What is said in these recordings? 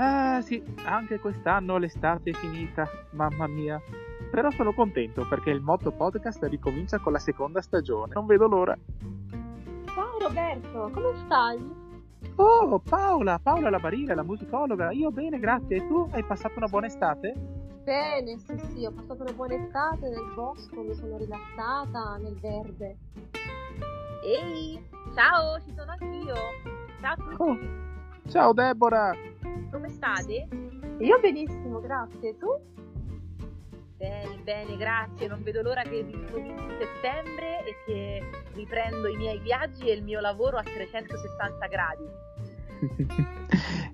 Ah, sì, anche quest'anno l'estate è finita, mamma mia. Però sono contento perché il Motto Podcast ricomincia con la seconda stagione. Non vedo l'ora. Ciao Roberto, come stai? Oh, Paola, Paola la Barilla, la musicologa. Io bene, grazie. E tu hai passato una buona estate? Bene, sì sì, ho passato una buona estate nel bosco, mi sono rilassata nel verde. Ehi, ciao, ci sono anch'io. Ciao a tutti, Oh, ciao Deborah. come state? Io benissimo, grazie. Tu? Bene, bene, grazie. Non vedo l'ora che ricominci settembre e che riprendo i miei viaggi e il mio lavoro a 360 gradi.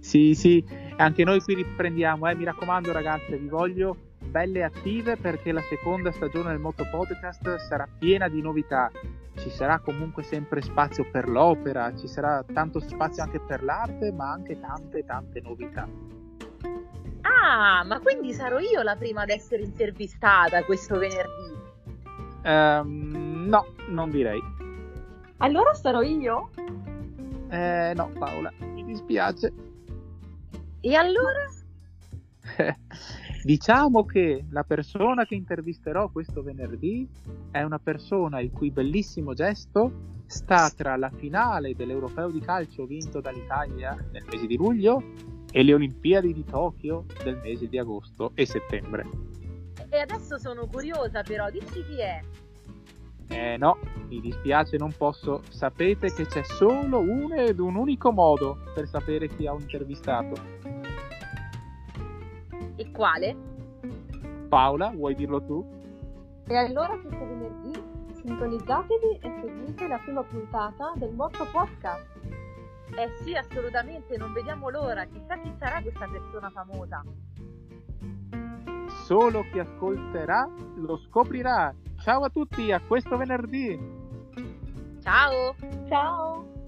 sì, sì, anche noi qui riprendiamo, eh. mi raccomando ragazze, vi voglio belle attive perché la seconda stagione del Moto Podcast sarà piena di novità. Ci sarà comunque sempre spazio per l'opera, ci sarà tanto spazio anche per l'arte, ma anche tante tante novità. Ah, ma quindi sarò io la prima ad essere intervistata questo venerdì. Ehm, no, non direi. Allora sarò io? Eh, no, Paola, mi dispiace. E allora? Diciamo che la persona che intervisterò questo venerdì è una persona il cui bellissimo gesto sta tra la finale dell'Europeo di calcio vinto dall'Italia nel mese di luglio e le Olimpiadi di Tokyo del mese di agosto e settembre. E adesso sono curiosa però, dici chi è. Eh no, mi dispiace, non posso. Sapete che c'è solo uno ed un unico modo per sapere chi ho intervistato. E quale? Paola, vuoi dirlo tu? E allora questo venerdì sintonizzatevi e seguite la prima puntata del vostro podcast. Eh sì, assolutamente, non vediamo l'ora. Chissà chi sarà questa persona famosa. Solo chi ascolterà lo scoprirà. Ciao a tutti, a questo venerdì! Ciao! Ciao!